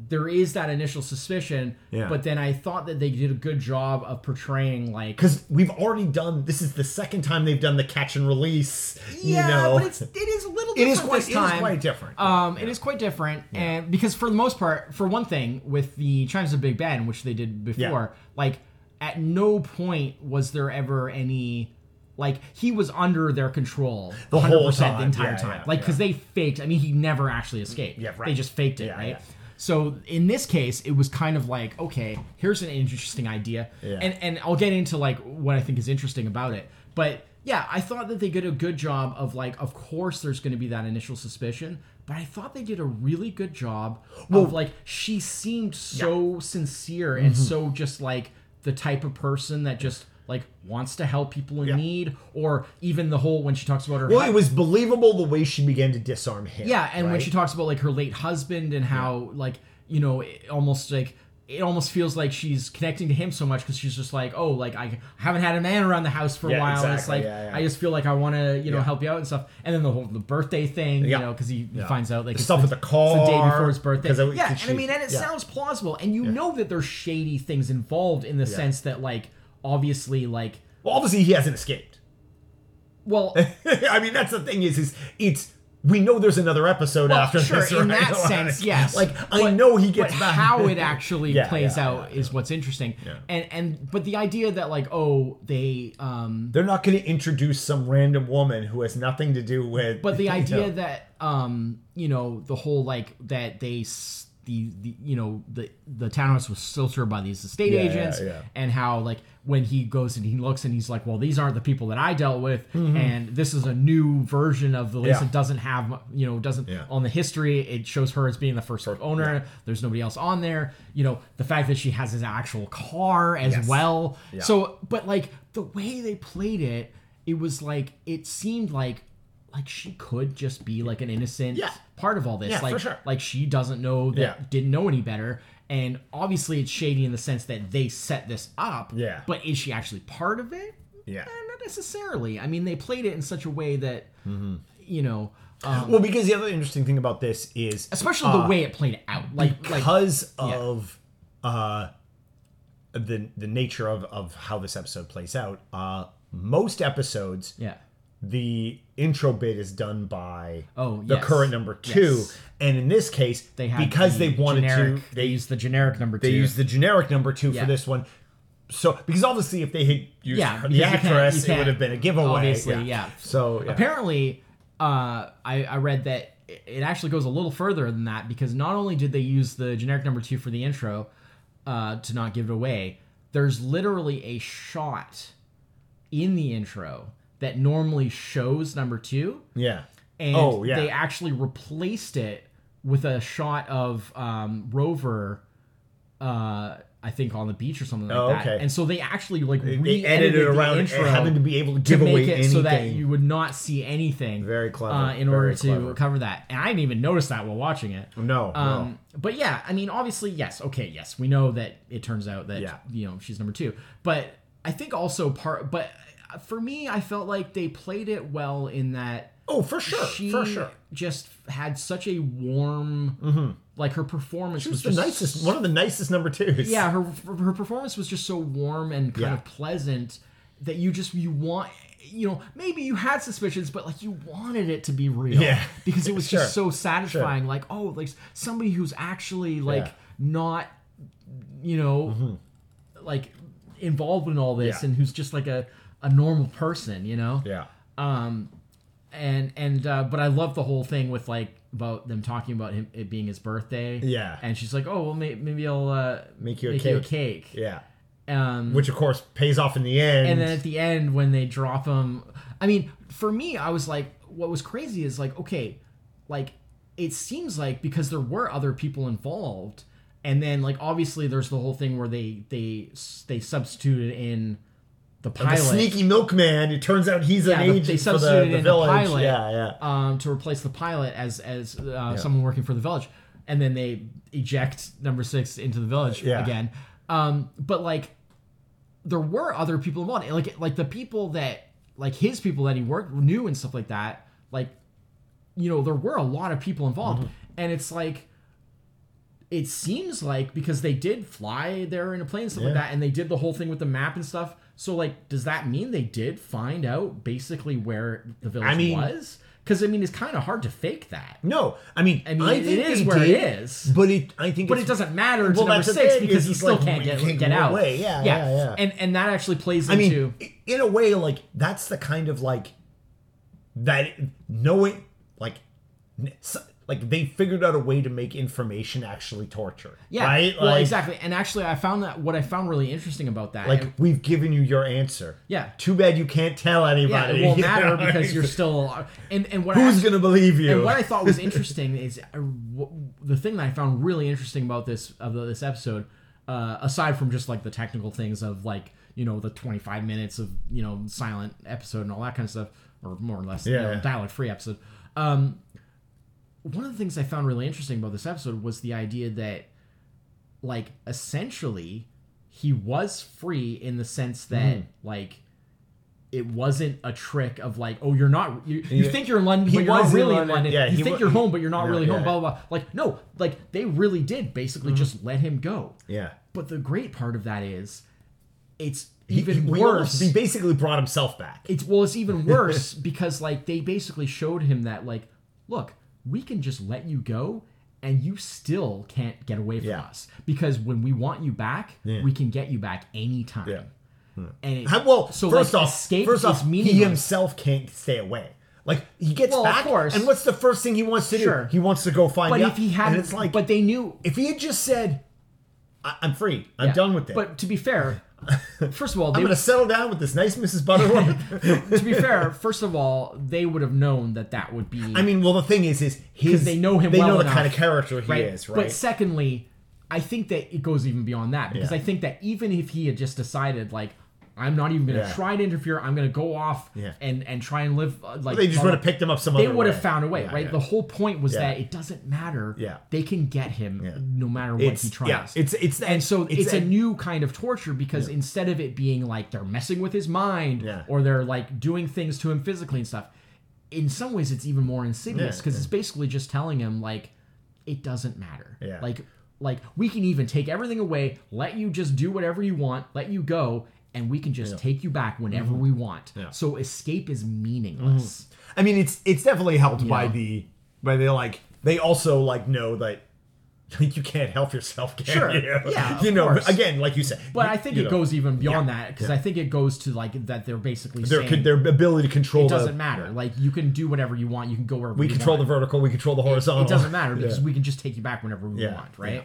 [SPEAKER 2] there is that initial suspicion
[SPEAKER 1] Yeah.
[SPEAKER 2] but then i thought that they did a good job of portraying like
[SPEAKER 1] because we've already done. This is the second time they've done the catch and release.
[SPEAKER 2] yeah
[SPEAKER 1] you know, [laughs]
[SPEAKER 2] but it's it is a little
[SPEAKER 1] It
[SPEAKER 2] different
[SPEAKER 1] is quite,
[SPEAKER 2] this
[SPEAKER 1] it
[SPEAKER 2] time
[SPEAKER 1] is quite different.
[SPEAKER 2] um, it is quite different, and because for the most part, for one thing, with the Chimes of Big Ben, which they did before, like at no point was there ever any, like he was under their control
[SPEAKER 1] The whole
[SPEAKER 2] 100% the
[SPEAKER 1] time.
[SPEAKER 2] entire
[SPEAKER 1] Yeah,
[SPEAKER 2] time,
[SPEAKER 1] yeah,
[SPEAKER 2] like because they faked. I mean, he never actually escaped.
[SPEAKER 1] Yeah, right.
[SPEAKER 2] They just faked it,
[SPEAKER 1] Yeah,
[SPEAKER 2] right?
[SPEAKER 1] yeah.
[SPEAKER 2] So in this case, it was kind of like, okay, here's an interesting idea,
[SPEAKER 1] Yeah.
[SPEAKER 2] and and I'll get into like what I think is interesting about it. But yeah, I thought that they did a good job of like, of course, there's going to be that initial suspicion, but I thought they did a really good job of like she seemed so sincere
[SPEAKER 1] Mm-hmm.
[SPEAKER 2] and so just like the type of person that just like wants to help people in
[SPEAKER 1] Yeah.
[SPEAKER 2] need, or even the whole when she talks about her.
[SPEAKER 1] well,
[SPEAKER 2] hu-
[SPEAKER 1] it was believable the way she began to disarm him.
[SPEAKER 2] yeah, and when
[SPEAKER 1] right?
[SPEAKER 2] she talks about like her late husband and how like you know it almost like it almost feels like she's connecting to him so much because she's just like oh like I haven't had a man around the house for a
[SPEAKER 1] Yeah,
[SPEAKER 2] while. and It's
[SPEAKER 1] exactly,
[SPEAKER 2] like
[SPEAKER 1] yeah, yeah.
[SPEAKER 2] I just feel like I want to you know
[SPEAKER 1] Yeah.
[SPEAKER 2] help you out and stuff. And then the whole the birthday thing
[SPEAKER 1] Yeah.
[SPEAKER 2] you know because he, he
[SPEAKER 1] Yeah.
[SPEAKER 2] finds out
[SPEAKER 1] the
[SPEAKER 2] like it's
[SPEAKER 1] stuff with the car,
[SPEAKER 2] it's the day before his birthday.
[SPEAKER 1] 'cause it-
[SPEAKER 2] yeah, and I
[SPEAKER 1] she-
[SPEAKER 2] mean, and it
[SPEAKER 1] yeah.
[SPEAKER 2] sounds plausible, and you know that there's shady things involved in the sense that like obviously like
[SPEAKER 1] Well, obviously he hasn't escaped. [laughs]
[SPEAKER 2] well
[SPEAKER 1] I mean, that's the thing is, is it's we know there's another episode
[SPEAKER 2] Well,
[SPEAKER 1] after
[SPEAKER 2] sure,
[SPEAKER 1] this,
[SPEAKER 2] in
[SPEAKER 1] right? [laughs]
[SPEAKER 2] that
[SPEAKER 1] Like,
[SPEAKER 2] sense, yes.
[SPEAKER 1] Like I
[SPEAKER 2] But-
[SPEAKER 1] know he gets
[SPEAKER 2] but
[SPEAKER 1] back.
[SPEAKER 2] how it
[SPEAKER 1] [laughs]
[SPEAKER 2] actually
[SPEAKER 1] Yeah,
[SPEAKER 2] plays
[SPEAKER 1] yeah,
[SPEAKER 2] out is what's interesting.
[SPEAKER 1] Yeah.
[SPEAKER 2] And and but the idea that like oh they um
[SPEAKER 1] They're not going to introduce some random woman who has nothing to do with.
[SPEAKER 2] but
[SPEAKER 1] [laughs]
[SPEAKER 2] the
[SPEAKER 1] you
[SPEAKER 2] idea
[SPEAKER 1] know.
[SPEAKER 2] that um you know the whole like that they s- the, the you know the the townhouse was filtered by these estate
[SPEAKER 1] Yeah, yeah,
[SPEAKER 2] agents
[SPEAKER 1] yeah.
[SPEAKER 2] and how like when he goes and he looks and he's like well these aren't the people that I dealt with and this is a new version of the lease
[SPEAKER 1] Mm-hmm. Yeah.
[SPEAKER 2] that doesn't have you know doesn't
[SPEAKER 1] Yeah.
[SPEAKER 2] on the history it shows her as being the first owner there's nobody else on there you know the fact that she has his actual car as
[SPEAKER 1] Yes.
[SPEAKER 2] well so but like the way they played it it was like it seemed like like she could just be like an innocent
[SPEAKER 1] Yeah.
[SPEAKER 2] part of all this
[SPEAKER 1] Yeah, for
[SPEAKER 2] like
[SPEAKER 1] sure.
[SPEAKER 2] like she doesn't know that
[SPEAKER 1] Yeah.
[SPEAKER 2] didn't know any better and obviously it's shady in the sense that they set this up
[SPEAKER 1] Yeah.
[SPEAKER 2] but is she actually part of it
[SPEAKER 1] Yeah.
[SPEAKER 2] Eh, not necessarily i mean they played it in such a way that
[SPEAKER 1] Mm-hmm.
[SPEAKER 2] you know um,
[SPEAKER 1] Well, because the other interesting thing about this is
[SPEAKER 2] especially the way it played out like like
[SPEAKER 1] Uh, because of uh, the the nature of of how this episode plays out. Uh, most episodes,
[SPEAKER 2] yeah
[SPEAKER 1] the intro bit is done by
[SPEAKER 2] Oh,
[SPEAKER 1] the
[SPEAKER 2] yes.
[SPEAKER 1] current number two,
[SPEAKER 2] Yes.
[SPEAKER 1] and in this case,
[SPEAKER 2] they had
[SPEAKER 1] because
[SPEAKER 2] the
[SPEAKER 1] they wanted
[SPEAKER 2] generic,
[SPEAKER 1] to,
[SPEAKER 2] they used the generic number two
[SPEAKER 1] They used the generic number two
[SPEAKER 2] Yeah.
[SPEAKER 1] for this one. So because obviously if they had used
[SPEAKER 2] Yeah,
[SPEAKER 1] her-
[SPEAKER 2] because
[SPEAKER 1] the
[SPEAKER 2] you can't- you
[SPEAKER 1] actress, it
[SPEAKER 2] can't-
[SPEAKER 1] would have been a giveaway.
[SPEAKER 2] obviously, yeah.
[SPEAKER 1] So yeah.
[SPEAKER 2] apparently uh, I, I read that it- it actually goes a little further than that because not only did they use the generic number two for the intro uh, to not give it away there's literally a shot in the intro that normally shows number two
[SPEAKER 1] yeah.
[SPEAKER 2] and
[SPEAKER 1] Oh, yeah.
[SPEAKER 2] they actually replaced it with a shot of um, Rover, uh, I think on the beach or something like
[SPEAKER 1] Oh,
[SPEAKER 2] that.
[SPEAKER 1] okay.
[SPEAKER 2] And so they actually like
[SPEAKER 1] They
[SPEAKER 2] re-edited
[SPEAKER 1] edited
[SPEAKER 2] the
[SPEAKER 1] around
[SPEAKER 2] intro
[SPEAKER 1] having to be able to give
[SPEAKER 2] make
[SPEAKER 1] away
[SPEAKER 2] it
[SPEAKER 1] anything.
[SPEAKER 2] so that you would not see anything.
[SPEAKER 1] Very clever,
[SPEAKER 2] Uh, in
[SPEAKER 1] very
[SPEAKER 2] order to
[SPEAKER 1] clever.
[SPEAKER 2] cover that, and I didn't even notice that while watching it.
[SPEAKER 1] no, no.
[SPEAKER 2] Um, But yeah, I mean, obviously, yes, okay, yes, we know that it turns out that
[SPEAKER 1] Yeah.
[SPEAKER 2] you know she's number two, but I think also part, but for me, I felt like they played it well in that
[SPEAKER 1] Oh, for sure,
[SPEAKER 2] she
[SPEAKER 1] for sure. Mm-hmm.
[SPEAKER 2] just had such a warm, like her performance
[SPEAKER 1] She was the
[SPEAKER 2] just
[SPEAKER 1] nicest, one of the nicest number twos.
[SPEAKER 2] yeah her her performance was just so warm and kind
[SPEAKER 1] Yeah.
[SPEAKER 2] of pleasant that you just you want you know maybe you had suspicions but like you wanted it to be real
[SPEAKER 1] Yeah.
[SPEAKER 2] [laughs] because it was just
[SPEAKER 1] Sure.
[SPEAKER 2] so satisfying like oh like somebody who's actually like
[SPEAKER 1] Yeah.
[SPEAKER 2] not you know like involved in all this
[SPEAKER 1] Mm-hmm. Yeah.
[SPEAKER 2] and who's just like a a normal person you know
[SPEAKER 1] yeah.
[SPEAKER 2] and and uh, but I love the whole thing with like about them talking about him it being his birthday.
[SPEAKER 1] Yeah.
[SPEAKER 2] and she's like, oh well, may, maybe I'll uh,
[SPEAKER 1] Make you a
[SPEAKER 2] cake.
[SPEAKER 1] Yeah.
[SPEAKER 2] Um,
[SPEAKER 1] Which of course pays off in the end.
[SPEAKER 2] and then at the end when they drop him, I mean, for me, I was like, what was crazy is like, okay, like it seems like because there were other people involved, and then like obviously there's the whole thing where they they they substituted in the
[SPEAKER 1] the
[SPEAKER 2] pilot.
[SPEAKER 1] sneaky milkman. It turns out he's an
[SPEAKER 2] Yeah, the-
[SPEAKER 1] agent
[SPEAKER 2] they
[SPEAKER 1] for
[SPEAKER 2] substituted
[SPEAKER 1] the, the
[SPEAKER 2] in the
[SPEAKER 1] village.
[SPEAKER 2] pilot.
[SPEAKER 1] Yeah, yeah.
[SPEAKER 2] um, to replace the pilot as as uh, someone working for the village, and then they eject number six into the village
[SPEAKER 1] Yeah.
[SPEAKER 2] again. Um, but like, there were other people involved, And, like like the people that like his people that he worked knew and stuff like that. Like, you know, there were a lot of people involved,
[SPEAKER 1] Mm-hmm.
[SPEAKER 2] and it's like. It seems like because they did fly there in a plane and stuff like
[SPEAKER 1] Yeah.
[SPEAKER 2] that, and they did the whole thing with the map and stuff. So, like, does that mean they did find out basically where the village
[SPEAKER 1] I mean-
[SPEAKER 2] was? Because I mean, it's kind of hard to fake that.
[SPEAKER 1] No, I mean,
[SPEAKER 2] I mean, it
[SPEAKER 1] think
[SPEAKER 2] is
[SPEAKER 1] they
[SPEAKER 2] where
[SPEAKER 1] did,
[SPEAKER 2] it is.
[SPEAKER 1] but it, I think,
[SPEAKER 2] But it
[SPEAKER 1] it's-
[SPEAKER 2] doesn't matter to
[SPEAKER 1] Well,
[SPEAKER 2] number
[SPEAKER 1] that's the
[SPEAKER 2] six
[SPEAKER 1] thing,
[SPEAKER 2] because
[SPEAKER 1] is
[SPEAKER 2] he
[SPEAKER 1] it's
[SPEAKER 2] still
[SPEAKER 1] like,
[SPEAKER 2] can't
[SPEAKER 1] you
[SPEAKER 2] get,
[SPEAKER 1] can't
[SPEAKER 2] get
[SPEAKER 1] go
[SPEAKER 2] out.
[SPEAKER 1] away. Yeah, yeah, yeah.
[SPEAKER 2] And and that actually plays
[SPEAKER 1] I mean,
[SPEAKER 2] into
[SPEAKER 1] i- in a way, like that's the kind of like that knowing, like, n- s- like they figured out a way to make information actually torture.
[SPEAKER 2] yeah,
[SPEAKER 1] right.
[SPEAKER 2] well,
[SPEAKER 1] like,
[SPEAKER 2] exactly. And actually, I found that what I found really interesting about that,
[SPEAKER 1] Like
[SPEAKER 2] and-
[SPEAKER 1] we've given you your answer.
[SPEAKER 2] Yeah.
[SPEAKER 1] Too bad you can't tell
[SPEAKER 2] yeah,
[SPEAKER 1] anybody.
[SPEAKER 2] it
[SPEAKER 1] [laughs]
[SPEAKER 2] won't
[SPEAKER 1] you
[SPEAKER 2] matter
[SPEAKER 1] know?
[SPEAKER 2] because you're still and and what I
[SPEAKER 1] Who's
[SPEAKER 2] actually-
[SPEAKER 1] gonna believe you?
[SPEAKER 2] And what I
[SPEAKER 1] [laughs]
[SPEAKER 2] thought was interesting is uh, w- the thing that I found really interesting about this of this episode, uh, aside from just like the technical things of like you know the 25 minutes of you know silent episode and all that kind of stuff, or more or less you
[SPEAKER 1] Yeah,
[SPEAKER 2] know,
[SPEAKER 1] yeah.
[SPEAKER 2] dialogue free episode. Um, one of the things I found really interesting about this episode was the idea that like essentially he was free in the sense that
[SPEAKER 1] Mm.
[SPEAKER 2] like it wasn't a trick of like oh you're not you, you
[SPEAKER 1] Yeah.
[SPEAKER 2] think you're in london
[SPEAKER 1] He
[SPEAKER 2] but you're not
[SPEAKER 1] was in
[SPEAKER 2] really in
[SPEAKER 1] London.
[SPEAKER 2] london
[SPEAKER 1] Yeah,
[SPEAKER 2] you
[SPEAKER 1] he
[SPEAKER 2] think
[SPEAKER 1] wa-
[SPEAKER 2] you're home but you're not
[SPEAKER 1] No,
[SPEAKER 2] really home
[SPEAKER 1] yeah. Mm-hmm.
[SPEAKER 2] blah blah blah like no like they really did basically just let him go
[SPEAKER 1] yeah.
[SPEAKER 2] but the great part of that is it's
[SPEAKER 1] He-
[SPEAKER 2] even
[SPEAKER 1] he- we
[SPEAKER 2] worse
[SPEAKER 1] almost- He basically brought himself back.
[SPEAKER 2] it's well
[SPEAKER 1] [laughs]
[SPEAKER 2] it's even worse because like they basically showed him that like look we can just let you go and you still can't get away from
[SPEAKER 1] Yeah.
[SPEAKER 2] us because when we want you back
[SPEAKER 1] Yeah.
[SPEAKER 2] we can get you back anytime
[SPEAKER 1] Yeah.
[SPEAKER 2] and it,
[SPEAKER 1] How- well,
[SPEAKER 2] so
[SPEAKER 1] first
[SPEAKER 2] like,
[SPEAKER 1] off,
[SPEAKER 2] escape
[SPEAKER 1] first
[SPEAKER 2] is
[SPEAKER 1] off, he
[SPEAKER 2] meaningless.
[SPEAKER 1] himself can't stay away. Like he gets
[SPEAKER 2] Well, of
[SPEAKER 1] back,
[SPEAKER 2] course.
[SPEAKER 1] and what's the first thing he wants to do?
[SPEAKER 2] Sure.
[SPEAKER 1] He wants to go find.
[SPEAKER 2] but
[SPEAKER 1] out.
[SPEAKER 2] if he had
[SPEAKER 1] and it's like,
[SPEAKER 2] but they knew
[SPEAKER 1] if he had just said, I- "I'm free, I'm
[SPEAKER 2] yeah.
[SPEAKER 1] done with it,
[SPEAKER 2] but to be
[SPEAKER 1] [laughs]
[SPEAKER 2] fair first of all they
[SPEAKER 1] I'm going to settle down with this nice Mrs. Butterworth."
[SPEAKER 2] [laughs] to be fair first of all they would have known that that would be
[SPEAKER 1] I mean, well, the thing is, is his,
[SPEAKER 2] they know him
[SPEAKER 1] They
[SPEAKER 2] well
[SPEAKER 1] know the
[SPEAKER 2] enough,
[SPEAKER 1] kind of character he
[SPEAKER 2] right?
[SPEAKER 1] is, right?
[SPEAKER 2] But secondly, I think that it goes even beyond that because
[SPEAKER 1] Yeah.
[SPEAKER 2] I think that even if he had just decided like I'm not even going to
[SPEAKER 1] Yeah.
[SPEAKER 2] try to interfere, I'm going to go off
[SPEAKER 1] Yeah.
[SPEAKER 2] and and try and live uh, like
[SPEAKER 1] they just
[SPEAKER 2] blah,
[SPEAKER 1] would have
[SPEAKER 2] blah,
[SPEAKER 1] picked him up some
[SPEAKER 2] They
[SPEAKER 1] other
[SPEAKER 2] would
[SPEAKER 1] way.
[SPEAKER 2] have found a way,
[SPEAKER 1] Yeah,
[SPEAKER 2] right?
[SPEAKER 1] yeah.
[SPEAKER 2] The whole point was
[SPEAKER 1] Yeah.
[SPEAKER 2] that it doesn't matter.
[SPEAKER 1] Yeah.
[SPEAKER 2] They can get him no matter what
[SPEAKER 1] it's
[SPEAKER 2] he tries.
[SPEAKER 1] yeah, it's it's
[SPEAKER 2] and so it's, a,
[SPEAKER 1] a
[SPEAKER 2] new kind of torture because instead of it being like they're messing with his mind
[SPEAKER 1] Yeah.
[SPEAKER 2] or they're like doing things to him physically and stuff, in some ways it's even more insidious
[SPEAKER 1] Yeah,
[SPEAKER 2] because it's basically just telling him like it doesn't matter.
[SPEAKER 1] Yeah.
[SPEAKER 2] Like like we can even take everything away, let you just do whatever you want, let you go, and we can just take you back whenever we want.
[SPEAKER 1] Mm-hmm. Yeah. Mm-hmm.
[SPEAKER 2] So escape is meaningless.
[SPEAKER 1] I mean, it's it's definitely helped by
[SPEAKER 2] know?
[SPEAKER 1] the by the like they also like know that like you can't help yourself, can
[SPEAKER 2] Sure.
[SPEAKER 1] you?
[SPEAKER 2] Yeah, of
[SPEAKER 1] you know.
[SPEAKER 2] course.
[SPEAKER 1] Again, like you said,
[SPEAKER 2] But I think
[SPEAKER 1] you
[SPEAKER 2] it
[SPEAKER 1] know,
[SPEAKER 2] goes even beyond that 'cause that because I think it goes to like that they're basically
[SPEAKER 1] their
[SPEAKER 2] saying
[SPEAKER 1] con- their ability to control
[SPEAKER 2] it doesn't
[SPEAKER 1] the,
[SPEAKER 2] matter. Like you can do whatever you want. You can go wherever
[SPEAKER 1] We
[SPEAKER 2] you
[SPEAKER 1] control the
[SPEAKER 2] want.
[SPEAKER 1] vertical. We control the horizontal.
[SPEAKER 2] It doesn't matter because
[SPEAKER 1] Yeah.
[SPEAKER 2] we can just take you back whenever we
[SPEAKER 1] Yeah,
[SPEAKER 2] want, right?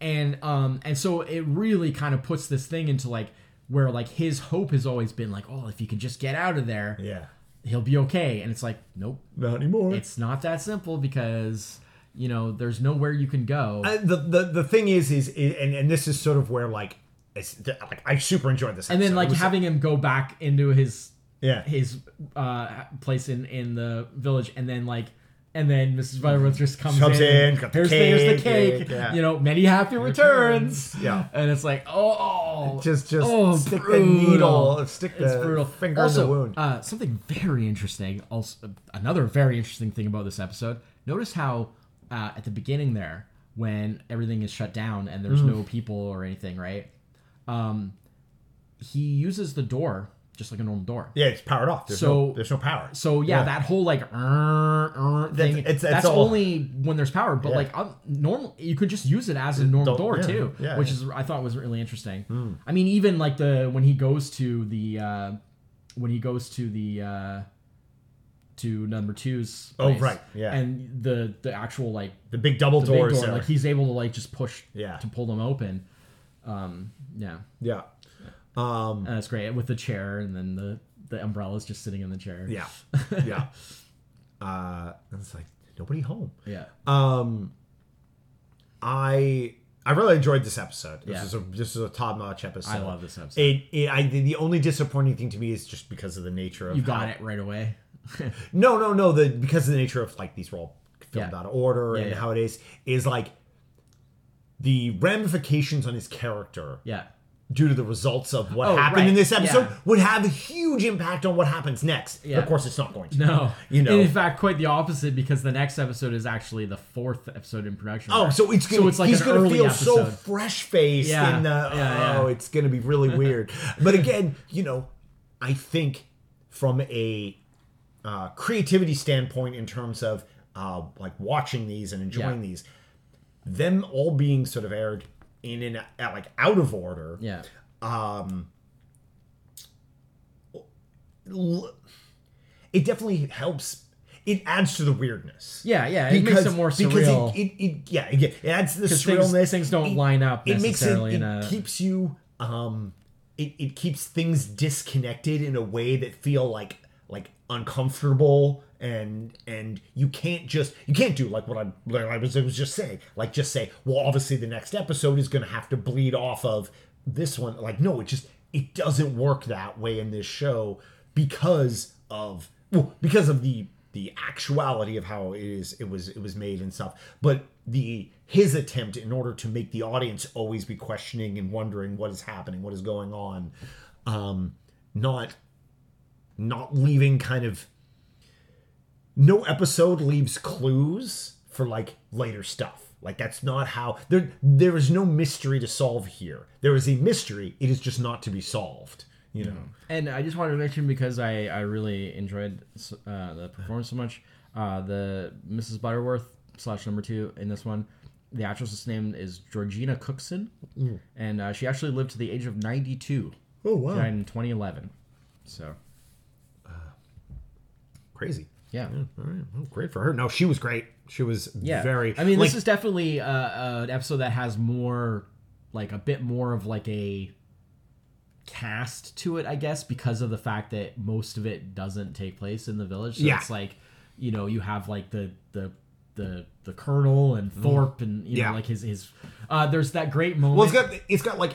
[SPEAKER 2] And um and so it really kind of puts this thing into like where like his hope has always been like, oh, if you can just get out of there,
[SPEAKER 1] [laughs] yeah.
[SPEAKER 2] he'll be okay. And it's like, nope,
[SPEAKER 1] Not anymore.
[SPEAKER 2] it's not that simple because you know there's nowhere you can go.
[SPEAKER 1] Uh, the, the the thing is is i- and and this is sort of where like it's, like I super enjoyed this.
[SPEAKER 2] and then
[SPEAKER 1] episode.
[SPEAKER 2] like
[SPEAKER 1] It was-
[SPEAKER 2] having him go back into his
[SPEAKER 1] yeah
[SPEAKER 2] his uh place in in the village and then like and then Mrs. Butterworth just comes,
[SPEAKER 1] Comes in,
[SPEAKER 2] in.
[SPEAKER 1] got the
[SPEAKER 2] here's, the, here's the
[SPEAKER 1] cake,
[SPEAKER 2] cake.
[SPEAKER 1] yeah.
[SPEAKER 2] You know, many happy returns.
[SPEAKER 1] Yeah.
[SPEAKER 2] And it's like, oh,
[SPEAKER 1] just just
[SPEAKER 2] oh,
[SPEAKER 1] stick
[SPEAKER 2] brutal.
[SPEAKER 1] the needle, stick
[SPEAKER 2] It's
[SPEAKER 1] the
[SPEAKER 2] brutal.
[SPEAKER 1] finger
[SPEAKER 2] also,
[SPEAKER 1] in the wound.
[SPEAKER 2] Uh, something very interesting. Also, another very interesting thing about this episode. Notice how uh, at the beginning there, when everything is shut down and there's
[SPEAKER 1] Mm.
[SPEAKER 2] no people or anything, right? Um, he uses the door just like a normal door.
[SPEAKER 1] yeah, it's powered off. There's
[SPEAKER 2] so-
[SPEAKER 1] no there's no power.
[SPEAKER 2] So yeah,
[SPEAKER 1] Yeah.
[SPEAKER 2] that whole like er, er
[SPEAKER 1] That's-
[SPEAKER 2] thing.
[SPEAKER 1] it's- it's
[SPEAKER 2] that's
[SPEAKER 1] all-
[SPEAKER 2] only when there's power, but
[SPEAKER 1] Yeah.
[SPEAKER 2] like um, normal, you could just use it as a
[SPEAKER 1] Don't-
[SPEAKER 2] normal door
[SPEAKER 1] yeah,
[SPEAKER 2] too,
[SPEAKER 1] yeah, Hmm.
[SPEAKER 2] which
[SPEAKER 1] yeah.
[SPEAKER 2] is I thought was really interesting. I mean, even like the when he goes to the uh, when he goes to the uh, to number two's.
[SPEAKER 1] Oh,
[SPEAKER 2] place,
[SPEAKER 1] right, yeah.
[SPEAKER 2] and the the actual like
[SPEAKER 1] the big double
[SPEAKER 2] big
[SPEAKER 1] doors.
[SPEAKER 2] door,
[SPEAKER 1] are-
[SPEAKER 2] like he's able to like just push
[SPEAKER 1] Yeah.
[SPEAKER 2] to pull them open. Um, yeah,
[SPEAKER 1] yeah. Um.
[SPEAKER 2] and that's great with the chair, and then the the umbrella's just sitting in the chair.
[SPEAKER 1] Yeah.
[SPEAKER 2] [laughs]
[SPEAKER 1] Yeah. uh. and It's like nobody home.
[SPEAKER 2] yeah.
[SPEAKER 1] Um, I I really enjoyed this episode. This
[SPEAKER 2] Yeah.
[SPEAKER 1] is a this is a top notch episode.
[SPEAKER 2] I love this episode.
[SPEAKER 1] It, it I the the only disappointing thing to me is just because of the nature of
[SPEAKER 2] You
[SPEAKER 1] how-
[SPEAKER 2] got it right away.
[SPEAKER 1] No, no, no. The because of the nature of like these were all filmed
[SPEAKER 2] Yeah.
[SPEAKER 1] out of order and
[SPEAKER 2] yeah.
[SPEAKER 1] how it is is like the ramifications on his character
[SPEAKER 2] Yeah.
[SPEAKER 1] due to the results of what
[SPEAKER 2] Oh,
[SPEAKER 1] happened
[SPEAKER 2] right.
[SPEAKER 1] in this episode
[SPEAKER 2] Yeah.
[SPEAKER 1] would have a huge impact on what happens next.
[SPEAKER 2] Yeah.
[SPEAKER 1] Of course, it's not going to.
[SPEAKER 2] [laughs] No.
[SPEAKER 1] You know.
[SPEAKER 2] And in fact, quite the opposite because the next episode is actually the fourth episode in production.
[SPEAKER 1] Oh, so it's gonna,
[SPEAKER 2] So it's like
[SPEAKER 1] he's
[SPEAKER 2] an
[SPEAKER 1] gonna
[SPEAKER 2] early
[SPEAKER 1] feel so
[SPEAKER 2] episode.
[SPEAKER 1] fresh faced
[SPEAKER 2] Yeah,
[SPEAKER 1] in the
[SPEAKER 2] yeah,
[SPEAKER 1] oh,
[SPEAKER 2] yeah.
[SPEAKER 1] it's gonna be really
[SPEAKER 2] [laughs]
[SPEAKER 1] weird. but again, you know, I think from a uh, creativity standpoint in terms of uh, like watching these and enjoying
[SPEAKER 2] Yeah.
[SPEAKER 1] these, them all being sort of aired in and out, like out of order
[SPEAKER 2] Yeah.
[SPEAKER 1] l- it definitely helps. It adds to the weirdness.
[SPEAKER 2] Yeah, yeah, it makes it more surreal.
[SPEAKER 1] Because it, it, it yeah, it, it adds to the
[SPEAKER 2] 'Cause things-
[SPEAKER 1] surrealness.
[SPEAKER 2] things don't line up necessarily
[SPEAKER 1] It
[SPEAKER 2] in
[SPEAKER 1] makes it,
[SPEAKER 2] a-
[SPEAKER 1] it keeps you. Um, it it keeps things disconnected in a way that feel like like uncomfortable and and you can't just you can't do like what I like I was, I was just saying like just say well obviously the next episode is going to have to bleed off of this one like no it just it doesn't work that way in this show because of well, because of the the actuality of how it is it was it was made and stuff but the his attempt in order to make the audience always be questioning and wondering what is happening what is going on um not not leaving kind of no episode leaves clues for like later stuff like that's not how there there is no mystery to solve here there is a mystery it is just not to be solved you know
[SPEAKER 2] And I just wanted to mention because I, I really enjoyed s- uh, the performance so much. Uh, the Mrs. Butterworth slash number two in this one, the actress's name is Georgina Cookson,
[SPEAKER 1] Mm.
[SPEAKER 2] and uh, she actually lived to the age of ninety two.
[SPEAKER 1] oh
[SPEAKER 2] She
[SPEAKER 1] wow
[SPEAKER 2] died in twenty eleven. So
[SPEAKER 1] crazy
[SPEAKER 2] yeah.
[SPEAKER 1] All right. Well, great for her. No, she was great. She was
[SPEAKER 2] yeah
[SPEAKER 1] very.
[SPEAKER 2] i mean
[SPEAKER 1] like,
[SPEAKER 2] this is definitely uh, uh, an episode that has more like a bit more of like a cast to it i guess because of the fact that most of it doesn't take place in the village so
[SPEAKER 1] Yeah.
[SPEAKER 2] it's like you know you have like the the the the colonel and thorpe and you
[SPEAKER 1] Mm-hmm. Yeah.
[SPEAKER 2] know like his his uh there's that great moment
[SPEAKER 1] well, it's got it's got like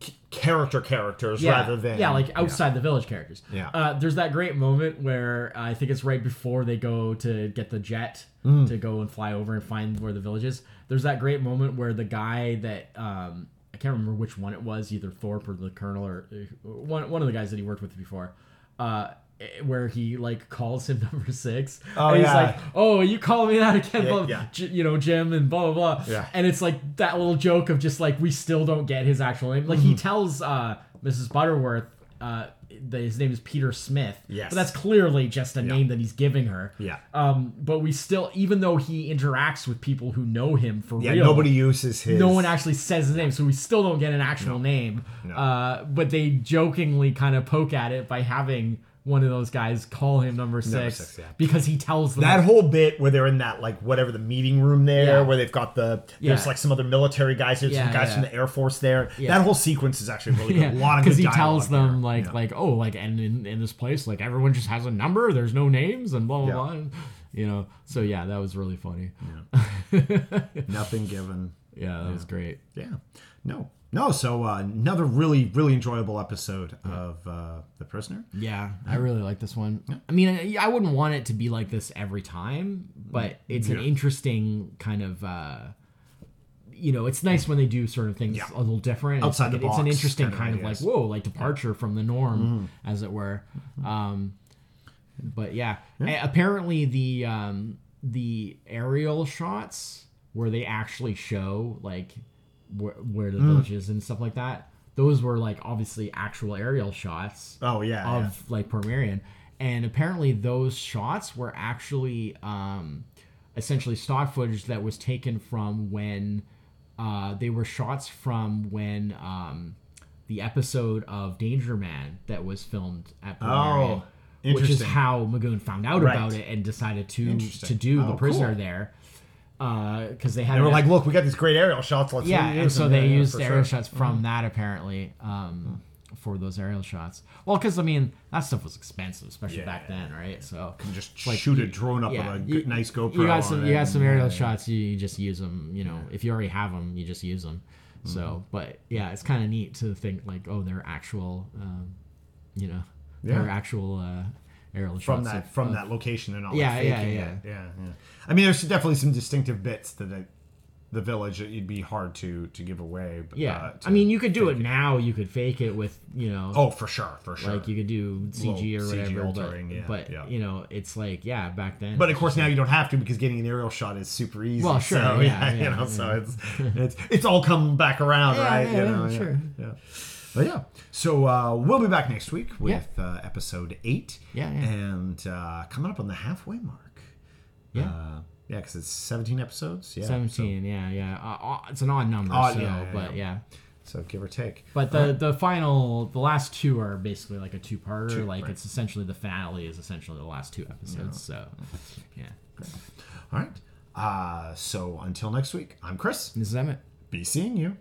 [SPEAKER 1] c- character characters
[SPEAKER 2] yeah,
[SPEAKER 1] rather than
[SPEAKER 2] yeah, like outside the village characters.
[SPEAKER 1] Yeah.
[SPEAKER 2] uh, there's that great moment where uh, I think it's right before they go to get the jet
[SPEAKER 1] Mm.
[SPEAKER 2] to go and fly over and find where the village is. There's that great moment where the guy that um, I can't remember which one it was, either Thorpe or the Colonel or uh, one one of the guys that he worked with before. Uh, eh, where he like calls him [laughs] number six,
[SPEAKER 1] Oh,
[SPEAKER 2] and he's
[SPEAKER 1] yeah.
[SPEAKER 2] like, "Oh, you call me that again, blah,
[SPEAKER 1] yeah.
[SPEAKER 2] J- you know, Jim and blah blah blah."
[SPEAKER 1] Yeah.
[SPEAKER 2] and it's like that little joke of just like we still don't get his actual name. Like
[SPEAKER 1] Mm-hmm.
[SPEAKER 2] he tells uh, Mrs. Butterworth uh, that his name is Peter Smith.
[SPEAKER 1] Yes.
[SPEAKER 2] but that's clearly just a name that he's giving her.
[SPEAKER 1] Yeah.
[SPEAKER 2] Um, but we still, even though he interacts with people who know him for
[SPEAKER 1] yeah.
[SPEAKER 2] real,
[SPEAKER 1] Nobody uses his.
[SPEAKER 2] no one actually says his name, so we still don't get an actual name.
[SPEAKER 1] No.
[SPEAKER 2] Uh, but they jokingly kind of poke at it by having one of those guys call him number six,
[SPEAKER 3] six, yeah.
[SPEAKER 2] because he tells them
[SPEAKER 1] That whole bit where they're in that like whatever the meeting room there,
[SPEAKER 2] Yeah.
[SPEAKER 1] where they've got the
[SPEAKER 2] Yeah.
[SPEAKER 1] there's like some other military guys, there's
[SPEAKER 2] Yeah,
[SPEAKER 1] some guys
[SPEAKER 2] yeah.
[SPEAKER 1] from the air force there.
[SPEAKER 2] Yeah.
[SPEAKER 1] That whole sequence is actually really good.
[SPEAKER 2] [laughs] Yeah,
[SPEAKER 1] a lot of
[SPEAKER 2] because
[SPEAKER 1] good
[SPEAKER 2] he
[SPEAKER 1] dialogue
[SPEAKER 2] tells them
[SPEAKER 1] there.
[SPEAKER 2] like
[SPEAKER 1] Yeah.
[SPEAKER 2] like oh like and in, in this place like everyone just has a number. There's no names and blah blah
[SPEAKER 1] Yeah.
[SPEAKER 2] blah. And, you know, so yeah, that was really funny.
[SPEAKER 1] nothing given.
[SPEAKER 2] Yeah, that was great.
[SPEAKER 1] Yeah. No. No. So uh, another really really enjoyable episode of uh, The Prisoner.
[SPEAKER 2] Yeah, I really like this one. I mean, I, I wouldn't want it to be like this every time, but it's an
[SPEAKER 1] Yeah.
[SPEAKER 2] interesting kind of. uh you know, it's nice when they do sort of things
[SPEAKER 1] Yeah.
[SPEAKER 2] a little different. It's-
[SPEAKER 1] Outside the
[SPEAKER 2] it's an
[SPEAKER 1] box
[SPEAKER 2] interesting
[SPEAKER 1] kind of
[SPEAKER 2] kind of, like
[SPEAKER 1] ideas.
[SPEAKER 2] whoa, like departure from the norm,
[SPEAKER 1] Mm-hmm.
[SPEAKER 2] as it were. Um, but yeah, A- apparently the um, the aerial shots where they actually show like where, where
[SPEAKER 1] Mm.
[SPEAKER 2] the village is and stuff like that. Those were like obviously actual aerial shots
[SPEAKER 1] Oh yeah. yeah.
[SPEAKER 2] of like Pormerian. And apparently those shots were actually um essentially stock footage that was taken from when uh they were shots from when um the episode of Danger Man that was filmed at
[SPEAKER 1] Oh,
[SPEAKER 2] Pormerian. Which is
[SPEAKER 1] interesting.
[SPEAKER 2] how Magoon found out
[SPEAKER 1] Right.
[SPEAKER 2] about it and decided to
[SPEAKER 1] Interesting.
[SPEAKER 2] to do
[SPEAKER 1] Oh,
[SPEAKER 2] the prisoner
[SPEAKER 1] cool.
[SPEAKER 2] there. Uh, because they had
[SPEAKER 1] And we're
[SPEAKER 2] an-
[SPEAKER 1] like, look, we got these great aerial shots. Let's
[SPEAKER 2] yeah,
[SPEAKER 1] reuse
[SPEAKER 2] and so
[SPEAKER 1] them."
[SPEAKER 2] they
[SPEAKER 1] Yeah, yeah,
[SPEAKER 2] used
[SPEAKER 1] for
[SPEAKER 2] aerial
[SPEAKER 1] sure. Mm-hmm.
[SPEAKER 2] shots from that apparently um, for those aerial shots. Well, because I mean that stuff was expensive, especially
[SPEAKER 1] Yeah.
[SPEAKER 2] back then,
[SPEAKER 1] [laughs]
[SPEAKER 2] right? So
[SPEAKER 1] And just
[SPEAKER 2] like,
[SPEAKER 1] shoot
[SPEAKER 2] you-
[SPEAKER 1] a drone up
[SPEAKER 2] yeah,
[SPEAKER 1] with a
[SPEAKER 2] you-
[SPEAKER 1] good, nice GoPro.
[SPEAKER 2] you got some,
[SPEAKER 1] on
[SPEAKER 2] you
[SPEAKER 1] it
[SPEAKER 2] got some
[SPEAKER 1] and-
[SPEAKER 2] aerial shots. You, you just use them. You know, if you already have them, you just use them.
[SPEAKER 1] Mm-hmm.
[SPEAKER 2] So, but yeah, it's kind of neat to think like, oh, they're actual, um, you know, they're
[SPEAKER 1] Yeah.
[SPEAKER 2] actual uh, aerial shots
[SPEAKER 1] from
[SPEAKER 2] of-
[SPEAKER 1] that from
[SPEAKER 2] of-
[SPEAKER 1] that location and all
[SPEAKER 2] Yeah,
[SPEAKER 1] that
[SPEAKER 2] yeah,
[SPEAKER 1] faking
[SPEAKER 2] yeah.
[SPEAKER 1] it. yeah yeah i mean there's definitely some distinctive bits to the the village that it'd be hard to to give away but
[SPEAKER 2] Yeah,
[SPEAKER 1] uh, to-
[SPEAKER 2] I mean, you could do it now. You could fake it with you know,
[SPEAKER 1] oh for sure for sure
[SPEAKER 2] like you could do CG or
[SPEAKER 1] Little CG
[SPEAKER 2] whatever,
[SPEAKER 1] altering,
[SPEAKER 2] but,
[SPEAKER 1] yeah,
[SPEAKER 2] but
[SPEAKER 1] yeah.
[SPEAKER 2] you know, it's like yeah, back then.
[SPEAKER 1] but of course now you don't have to because getting an aerial shot is super easy
[SPEAKER 2] Well, sure,
[SPEAKER 1] so,
[SPEAKER 2] yeah, yeah,
[SPEAKER 1] [laughs] you know so it's it's it's all come back around
[SPEAKER 2] Yeah,
[SPEAKER 1] right
[SPEAKER 2] yeah,
[SPEAKER 1] you know
[SPEAKER 2] yeah, sure.
[SPEAKER 1] yeah but yeah so uh, we'll be back next week
[SPEAKER 2] Yeah.
[SPEAKER 1] with uh, episode eight
[SPEAKER 2] Yeah, yeah.
[SPEAKER 1] and uh, coming up on the halfway mark
[SPEAKER 2] Yeah.
[SPEAKER 1] uh, yeah because it's 17 episodes yeah so-
[SPEAKER 2] seventeen, yeah, yeah, uh, uh, it's an odd number,
[SPEAKER 1] Odd,
[SPEAKER 2] so
[SPEAKER 1] yeah, yeah,
[SPEAKER 2] but yeah.
[SPEAKER 1] yeah. so give or take
[SPEAKER 2] But the, the final, the last two are basically like a two-parter.
[SPEAKER 1] Two,
[SPEAKER 2] like
[SPEAKER 1] right.
[SPEAKER 2] it's essentially the finale is essentially the last two episodes. So, yeah.
[SPEAKER 1] All right. Uh, so until next week, I'm Chris.
[SPEAKER 2] This is Emmett.
[SPEAKER 1] Be seeing you.